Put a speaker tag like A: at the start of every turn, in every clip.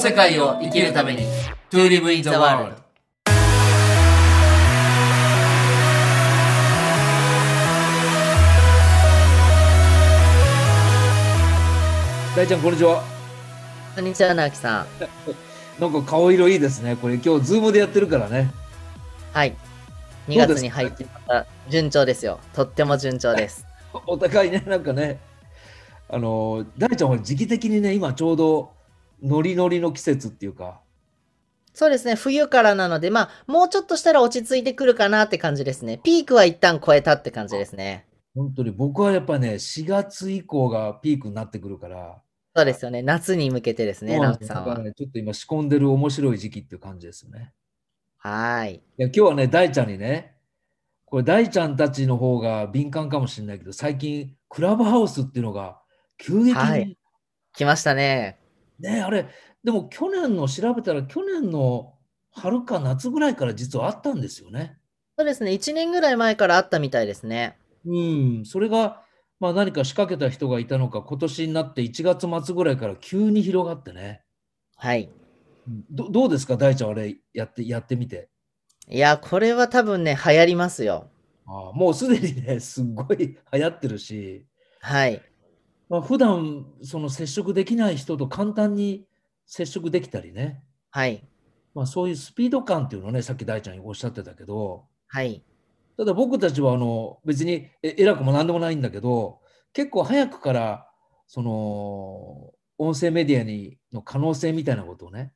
A: 世界を生きるために To live in the world
B: 大ちゃん、こんにちは。
A: こんにちは、なあきさん。
B: なんか顔色いいですね。これ今日、ズームでやってるからね。
A: はい。2
B: どうです
A: 月に入ってまた順調ですよ。とっても順調です。
B: おお互いね、なんかね、あのー、大ちゃん、ほら時期的にね、今ちょうど、ノリノリの季節っていうか、
A: そうですね。冬からなので、まあ、もうちょっとしたら落ち着いてくるかなって感じですね。ピークは一旦超えたって感じですね。
B: 本当に僕はやっぱね、4月以降がピークになってくるから、
A: そうですよね。夏に向けてですね、
B: そうな
A: ナ
B: ん
A: オキ
B: です
A: さん
B: だか
A: は
B: ら。ねちょっと今仕込んでる面白い時期っていう感じですよね。
A: はーい。
B: いや今日はね、大ちゃんにね、これ大ちゃんたちの方が敏感かもしれないけど、最近、クラブハウスっていうのが急激に、
A: はい来ましたね。
B: ね、あれ、でも去年の調べたら、去年の春か夏ぐらいから実はあったんですよね。
A: そうですね。1年ぐらい前からあったみたいですね。
B: うん、それが、まあ、何か仕掛けた人がいたのか、今年になって1月末ぐらいから急に広がってね。
A: はい。
B: うんどどうですか、大ちゃん、あれやってやってみて。
A: いや、これは多分ね、流行りますよ。
B: ああもうすでにね、すっごい流行ってるし。
A: はい。
B: まあ、普段その接触できない人と簡単に接触できたりね、
A: はい。
B: まあ、そういうスピード感っていうのをねさっき大ちゃんおっしゃってたけど
A: はい。
B: ただ僕たちはあの別にえ偉くも何でもないんだけど結構早くからその音声メディアにの可能性みたいなことをね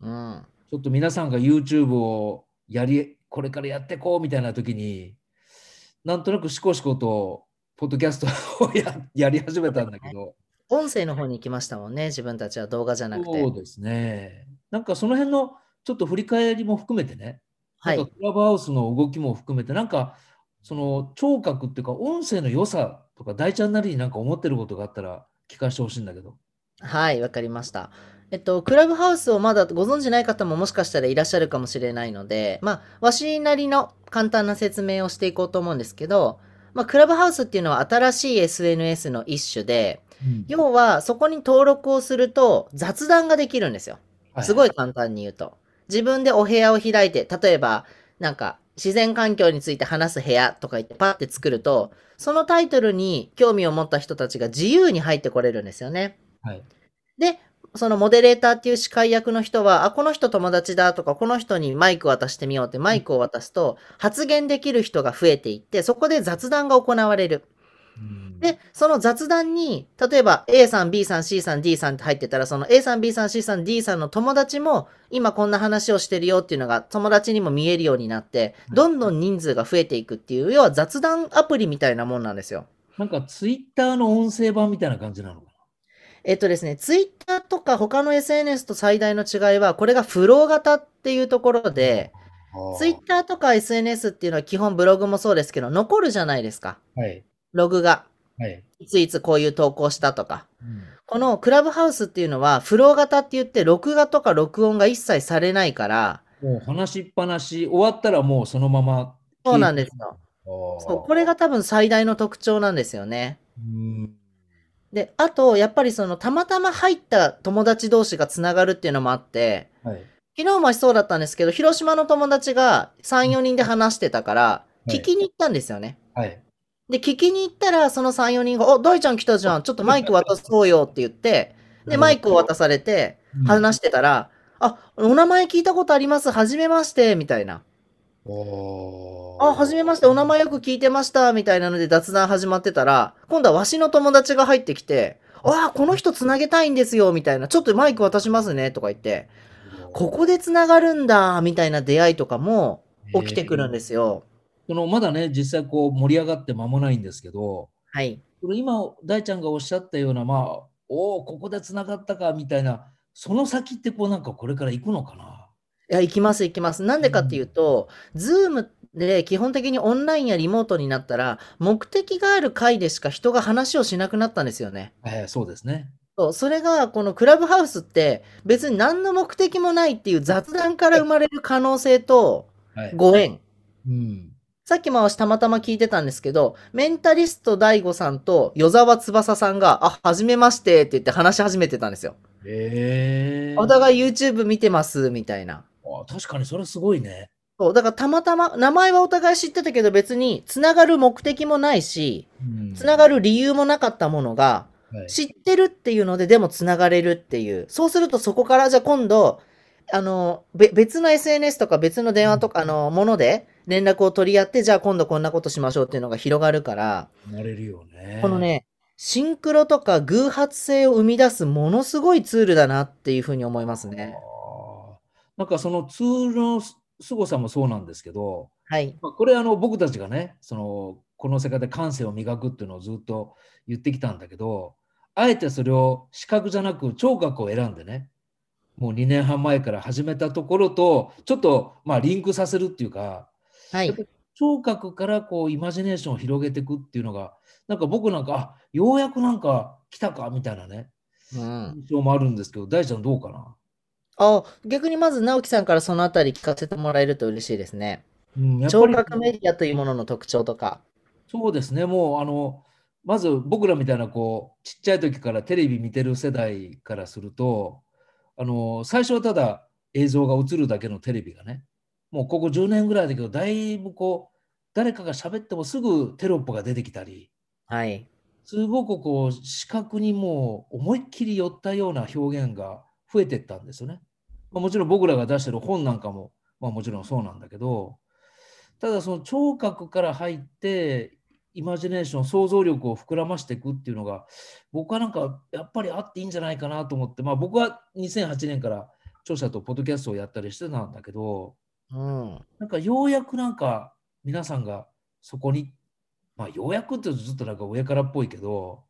A: うん。
B: ちょっと皆さんが YouTube をやりこれからやってこうみたいな時になんとなくしこしことポッドキャストをややり始めたんだけど。
A: 音声の方に行きましたもんね。自分たちは動画じゃなく
B: そう
A: て。
B: ですね。なんかその辺のちょっと振り返りも含めてね、
A: はい
B: なん。かクラブハウスの動きも含めて、なんかその聴覚っていうか、音声の良さとか、大ちゃんなりになんか思ってることがあったら聞かせてほしいんだけど。
A: はい、わかりました。えっと、クラブハウスをまだご存知ない方ももしかしたらいらっしゃるかもしれないので、まあ、わしなりの簡単な説明をしていこうと思うんですけど、まあ、クラブハウスっていうのは新しい SNS の一種で、要はそこに登録をすると雑談ができるんですよ。
B: は
A: すごい簡単に言うと。自分でお部屋を開いて、例えば、なんか、自然環境について話す部屋とか言ってパッて作ると、そのタイトルに興味を持った人たちが自由に入ってこれるんですよね。
B: はい
A: で、そのモデレーターっていう司会役の人は、あ、この人友達だとか、この人にマイク渡してみようってマイクを渡すと、発言できる人が増えていって、そこで雑談が行われる。
B: うん
A: で、その雑談に、例えば A さん、B さん、C さん、D さんって入ってたら、その A さん、B さん、C さん、D さんの友達も、今こんな話をしてるよっていうのが友達にも見えるようになって、
B: はい
A: どんどん人数が増えていくっていう、要は雑談アプリみたいなもんなんですよ。
B: なんかツイッターの音声版みたいな感じなのかな。
A: えっとですね、ツイッターとか他の SNS と最大の違いは、これがフロー型っていうところで、ツイッターとか SNS っていうのは基本ブログもそうですけど、残るじゃないですか。
B: はい。
A: ログが。
B: はい。
A: いついつこういう投稿したとか。
B: うん
A: このクラブハウスっていうのは、フロー型って言って、録画とか録音が一切されないから、
B: もう話しっぱなし、終わったらもうそのまま。
A: そうなんですよ。そうこれが多分最大の特徴なんですよね。
B: うん。
A: で、あと、やっぱりその、たまたま入った友達同士がつながるっていうのもあって、
B: はい。
A: 昨日もそうだったんですけど、広島の友達が3、4人で話してたから、
B: い
A: 聞きに行ったんですよね。
B: はい。
A: で、聞きに行ったら、その3、4人が、お、大ちゃん来たじゃん、ちょっとマイク渡そうよって言って、で、マイクを渡されて、
B: うん
A: 話してたら、あ、お名前聞いたことあります。はじめまして。みたいな。
B: おー。
A: あ、はじめまして。お名前よく聞いてました。みたいなので雑談始まってたら、今度はわしの友達が入ってきて、あ、この人つなげたいんですよ。みたいな。ちょっとマイク渡しますね。とか言って、ここでつながるんだ。みたいな出会いとかも起きてくるんですすよ。
B: そのまだね、実際こう盛り上がって間もないんですけど、
A: はい。
B: その今、大ちゃんがおっしゃったような、まあ、おお、ここでつながったかみたいな、その先ってこうなんかこれから行くのかな。
A: いや、行きます、行きます。なんでかっていうと、ズームで基本的にオンラインやリモートになったら、目的がある回でしか人が話をしなくなったんですよね。
B: えーそうですね。
A: そう、それが、このクラブハウスって、別に何の目的もないっていう雑談から生まれる可能性と
B: はい。
A: ご縁。
B: うん。
A: さっきも私たまたま聞いてたんですけど、メンタリスト大悟さんと与沢翼さんが、あ、はじめましてって言って話し始めてたんですよ。
B: ええ
A: お互い YouTube 見てます、みたいな。
B: あ確かにそれすごいね。
A: そう、だからたまたま、名前はお互い知ってたけど別に、つながる目的もないし、
B: うん
A: つながる理由もなかったものが、
B: はい
A: 知ってるっていうので、でもつながれるっていう。そうするとそこから、じゃあ今度、あの、べ別の SNS とか別の電話とか、あの、もので連絡を取り合って、じゃあ今度こんなことしましょうっていうのが広がるから、
B: なれるよね。
A: このね、シンクロとか偶発性を生み出すものすごいツールだなっていうふうに思いますね。
B: あー。なんかそのツールのす凄さもそうなんですけど、
A: はい。
B: まあ、これあの僕たちがねそのこの世界で感性を磨くっていうのをずっと言ってきたんだけどあえてそれを視覚じゃなく聴覚を選んでねもう2年半前から始めたところとちょっとまあリンクさせるっていうか
A: は
B: やっ
A: い
B: ぱ。り聴覚からこうイマジネーションを広げていくっていうのがなんか僕なんかあようやくなんか来たかみたいなね
A: うん。
B: 印象もあるんですけど大ちゃんどうかな
A: あ、逆にまず直樹さんからそのあたり聞かせてもらえると嬉しいですね。
B: うんやっぱ
A: 聴
B: り
A: 覚メディアというものの特徴とか。
B: そうですね、もうあのまず僕らみたいなこうちっちゃい時からテレビ見てる世代からするとあの最初はただ映像が映るだけのテレビがねもうここ10年ぐらいだけどだいぶこう誰かが喋ってもすぐテロップが出てきたり
A: はい。
B: すごくこう視覚にもう思いっきり寄ったような表現が増えてったんですよね。まあもちろん僕らが出してる本なんかも、まあ、もちろんそうなんだけどただその聴覚から入ってイマジネーション想像力を膨らましていくっていうのが僕はなんかやっぱりあっていいんじゃないかなと思って、まあ、僕は2008年から著者とポッドキャストをやったりしてたんだけど
A: うん。
B: なんかようやくなんか皆さんがそこに、まあようやくってずっとなんか上からっぽいけど、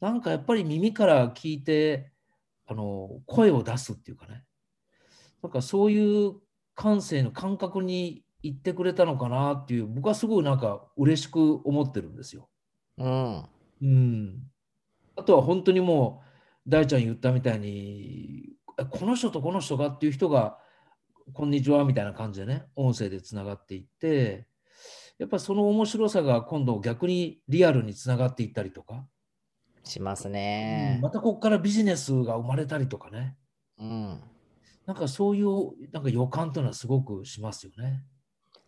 B: なんかやっぱり耳から聞いて、あの、声を出すっていうかね、なんかそういう感性の感覚に行ってくれたのかなっていう、僕はすごいなんか嬉しく思ってるんですよ。
A: うん。
B: うん。あとは本当にもう、大ちゃん言ったみたいに、あこの人とこの人がっていう人が、こんにちはみたいな感じでね、音声でつながっていって、やっぱりその面白さが今度逆にリアルにつながっていったりとか、
A: します
B: うん
A: ね。
B: またここからビジネスが生まれたりとかね、
A: うん。
B: なんかそういうなんか予感というのはすごくしますよね。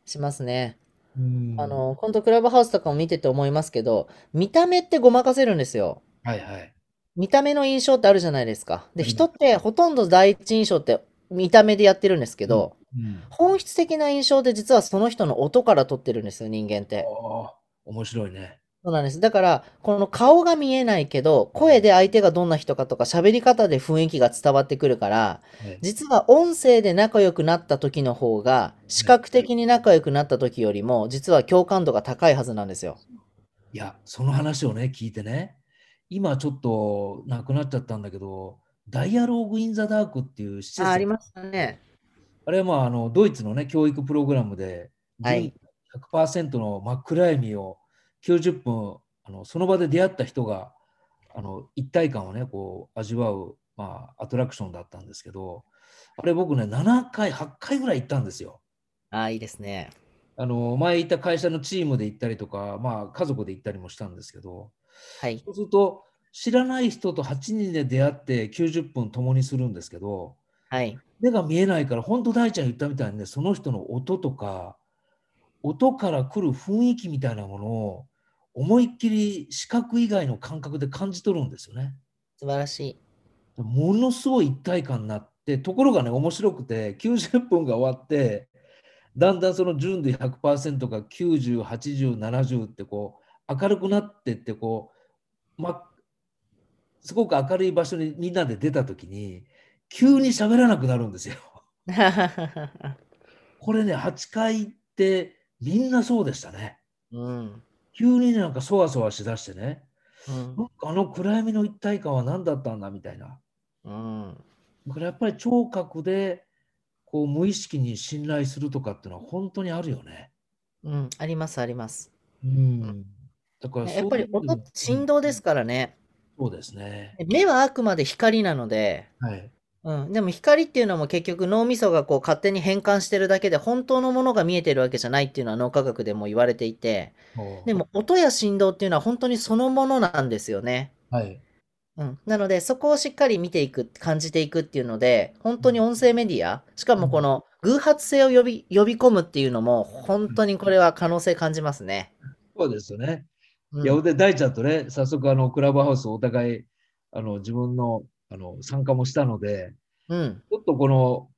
A: しますね。
B: うん
A: あ、の、今度クラブハウスとかも見てて思いますけど、見た目ってごまかせるんですよ。
B: はいはい。
A: 見た目の印象ってあるじゃないですか。で、
B: うん
A: 人ってほとんど第一印象って見た目でやってるんですけど、
B: うん、あ
A: 本質的な印象って実はその人の音から取ってるんですよ、人間って。
B: あ、面白いね。
A: そうなんです。だから、この顔が見えないけど、声で相手がどんな人かとか、喋り方で雰囲気が伝わってくるから、
B: はい
A: 実は音声で仲良くなった時の方が、視覚的に仲良くなった時よりも、実は共感度が高いはずなんですよ。
B: いや、その話をね、聞いてね、今ちょっとなくなっちゃったんだけど、ダイアローグ・イン・ザ・ダークっていう施設、
A: したね。
B: あれはまああのドイツの、ね、教育プログラムで、
A: はい
B: 100%の真っ暗闇を90分あの、その場で出会った人があの一体感をね、こう味わう、まあ、アトラクションだったんですけど、あれ僕ね、7回、8回ぐらい行ったんですよ。
A: ああ、いいですね。
B: あの前いた会社のチームで行ったりとか、まあ、家族で行ったりもしたんですけど、
A: はい。
B: そうすると、知らない人と8人で出会って90分共にするんですけど、
A: はい。
B: 目が見えないから、本当大ちゃん言ったみたいにね、その人の音とか、音から来る雰囲気みたいなものを、思いっきり視覚以外の感覚で感じ取るんですよね。
A: 素晴らしい。
B: ものすごい一体感になって、ところがね、面白くて、90分が終わって、だんだんその純度100%が90、80、70ってこう、明るくなってってこう、ま、すごく明るい場所にみんなで出たときに、急に喋らなくなるんですよ。これね、8回行って、みんなそうでしたね。
A: うん。
B: 急になんかそわそわしだしてね、
A: うん
B: なんかあの暗闇の一体感は何だったんだみたいな。
A: うん。
B: だからやっぱり聴覚でこう無意識に信頼するとかっていうのは本当にあるよね。
A: うん。あります、あります。
B: うん、だから
A: やっぱり
B: そういう
A: 音って振動ですからね。
B: そうですね。
A: 目はあくまで光なので、
B: はい。
A: うん、でも光っていうのも結局脳みそがこう勝手に変換してるだけで本当のものが見えてるわけじゃないっていうのは脳科学でも言われていて
B: もう
A: でも音や振動っていうのは本当にそのものなんですよね
B: はい。
A: うん、なので、そこをしっかり見ていく、感じていくっていうので、本当に音声メディア、しかもこの偶発性を呼び呼び込むっていうのも、本当にこれは可能性感じますね。
B: そうですよね。
A: うん
B: いや、で、大ちゃんとね、早速、あの、クラブハウスお互い、あの、自分の、あの、参加もしたので、
A: うん、
B: ちょっとこの、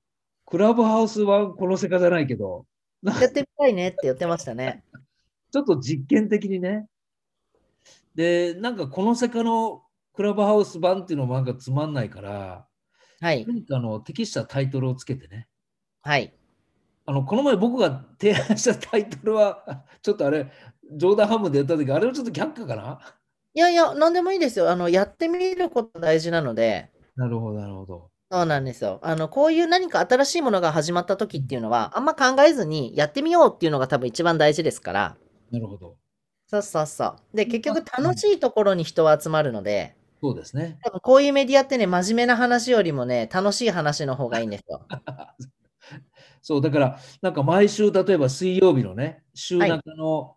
B: クラブハウスはこの世界じゃないけど、
A: やってみたいねって言ってましたね。
B: ちょっと実験的にね。で、なんかこの世界のクラブハウス版っていうのもなんかつまんないから、
A: はい、
B: 何かあの適したタイトルをつけてね。
A: はい。
B: あの、この前僕が提案したタイトルは、ちょっとあれ、冗談半分でやった時、あれはちょっと却下かない
A: やいや、なんでもいいですよ。あの、やってみること大事なので、
B: なるほど、なるほど。
A: そうなんですよ。あの、こういう何か新しいものが始まった時っていうのは、あんま考えずにやってみようっていうのが多分一番大事ですから。
B: なるほど。
A: そうそうそう。で、結局楽しいところに人は集まるので、
B: そうですね。
A: 多分こういうメディアってね、真面目な話よりもね、楽しい話の方がいいんですよ。
B: そう、だから、なんか毎週、例えば水曜日のね、週
A: はい
B: 中の、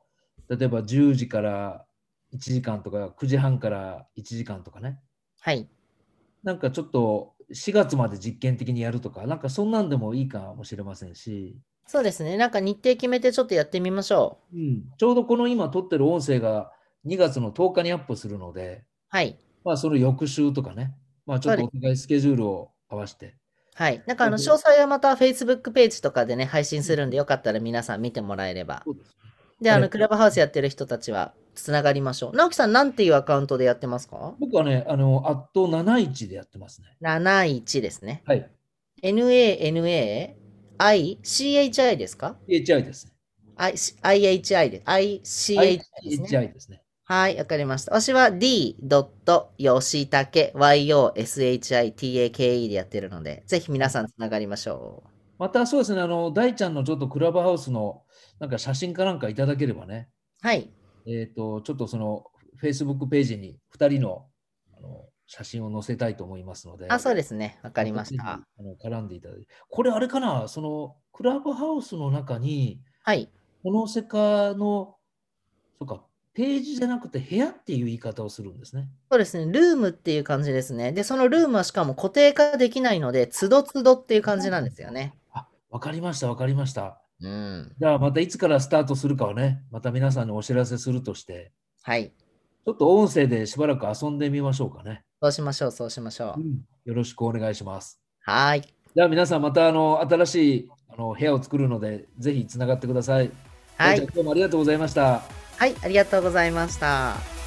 B: 例えば10時から1時間とか、9時半から1時間とかね、
A: はい。
B: なんかちょっと4月まで実験的にやるとか、なんかそんなんでもいいかもしれませんし、
A: そうですね。なんか日程決めてちょっとやってみましょう。
B: ちょうどこの今撮ってる音声が2月の10日にアップするので、
A: はい。
B: まあその翌週とかね、まあちょっとお互いスケジュールを合わせて、
A: はい。なんかあの、
B: うん
A: 詳細はまた Facebook ページとかでね、配信するんで、よかったら皆さん見てもらえれば
B: そうです。
A: で、あ
B: は
A: の、
B: い
A: クラブハウスやってる人たちは、つながりましょう。直樹さん、なんていうアカウントでやってますか
B: 僕はね、あの、アット71でやってますね。
A: ?71 ですね。
B: はい。
A: NANAICHI ですか
B: HI ですね。
A: I- ?IHI です。ICHI ですね。
B: HI ですね。
A: はい、わかりました。私は d. 吉武 yoshitake でやってるので、ぜひ皆さんつながりましょう。
B: またそうですね、あの、大ちゃんのちょっとクラブハウスのなんか写真かなんかいただければね、
A: はい、
B: えっ、と、ちょっとその Facebook ページに2人のあの写真を載せたいと思いますので、
A: あ、そう
B: で
A: ですね。わかりました。
B: あの絡んでいただいて、これあれかな、そのクラブハウスの中に、
A: はい、
B: この世界の、そうか、ページじゃなくて部屋っていう言い方をするんですね。
A: そうですね。ルームっていう感じですね。で、そのルームはしかも固定化できないので、つどつどっていう感じなんですよね。
B: あ、わかりました、わかりました。
A: うん。
B: じゃあまたいつからスタートするかはね、また皆さんにお知らせするとして、
A: はい。
B: ちょっと音声でしばらく遊んでみましょうかね。
A: そうしましょう、そうしましょう。
B: よろしくお願いします。
A: はーい。
B: じゃあ皆さんまたあの新しいあの部屋を作るのでぜひつながってください。
A: は
B: じ
A: い。
B: ゃあ今日もありがとうございました。
A: はい、ありがとうございました。